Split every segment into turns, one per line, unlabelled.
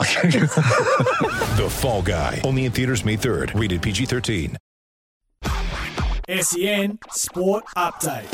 The Fall Guy. Only in theaters May 3rd. Rated PG-13.
SEN E Sport Update.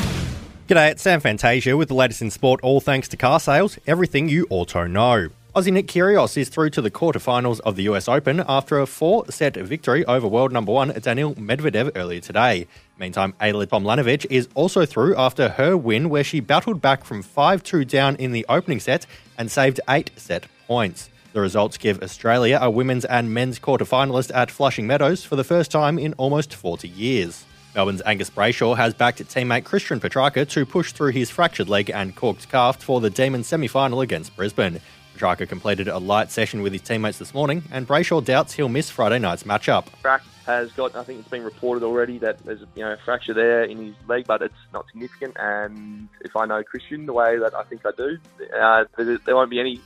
G'day, it's Sam Fantasia with the latest in sport, all thanks to car sales, everything you auto know. Aussie Nick Kyrgios is through to the quarterfinals of the US Open after a four-set victory over world number one Daniil Medvedev earlier today. Meantime, Ayla Tomlanovic is also through after her win where she battled back from 5-2 down in the opening set and saved eight set points. The results give Australia a women's and men's quarterfinalist at Flushing Meadows for the first time in almost 40 years. Melbourne's Angus Brayshaw has backed teammate Christian Petrarca to push through his fractured leg and corked calf for the Demons semi final against Brisbane. Petrarca completed a light session with his teammates this morning, and Brayshaw doubts he'll miss Friday night's matchup.
Brack has got, I think it's been reported already that there's you know, a fracture there in his leg, but it's not significant. And if I know Christian the way that I think I do, uh, there, there won't be any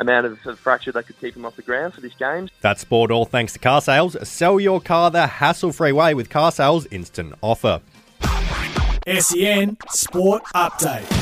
amount of, of fracture that could keep him off the ground for this game.
That's sport all thanks to car sales. Sell your car the hassle free way with car sales instant offer.
SEN E Sport Update.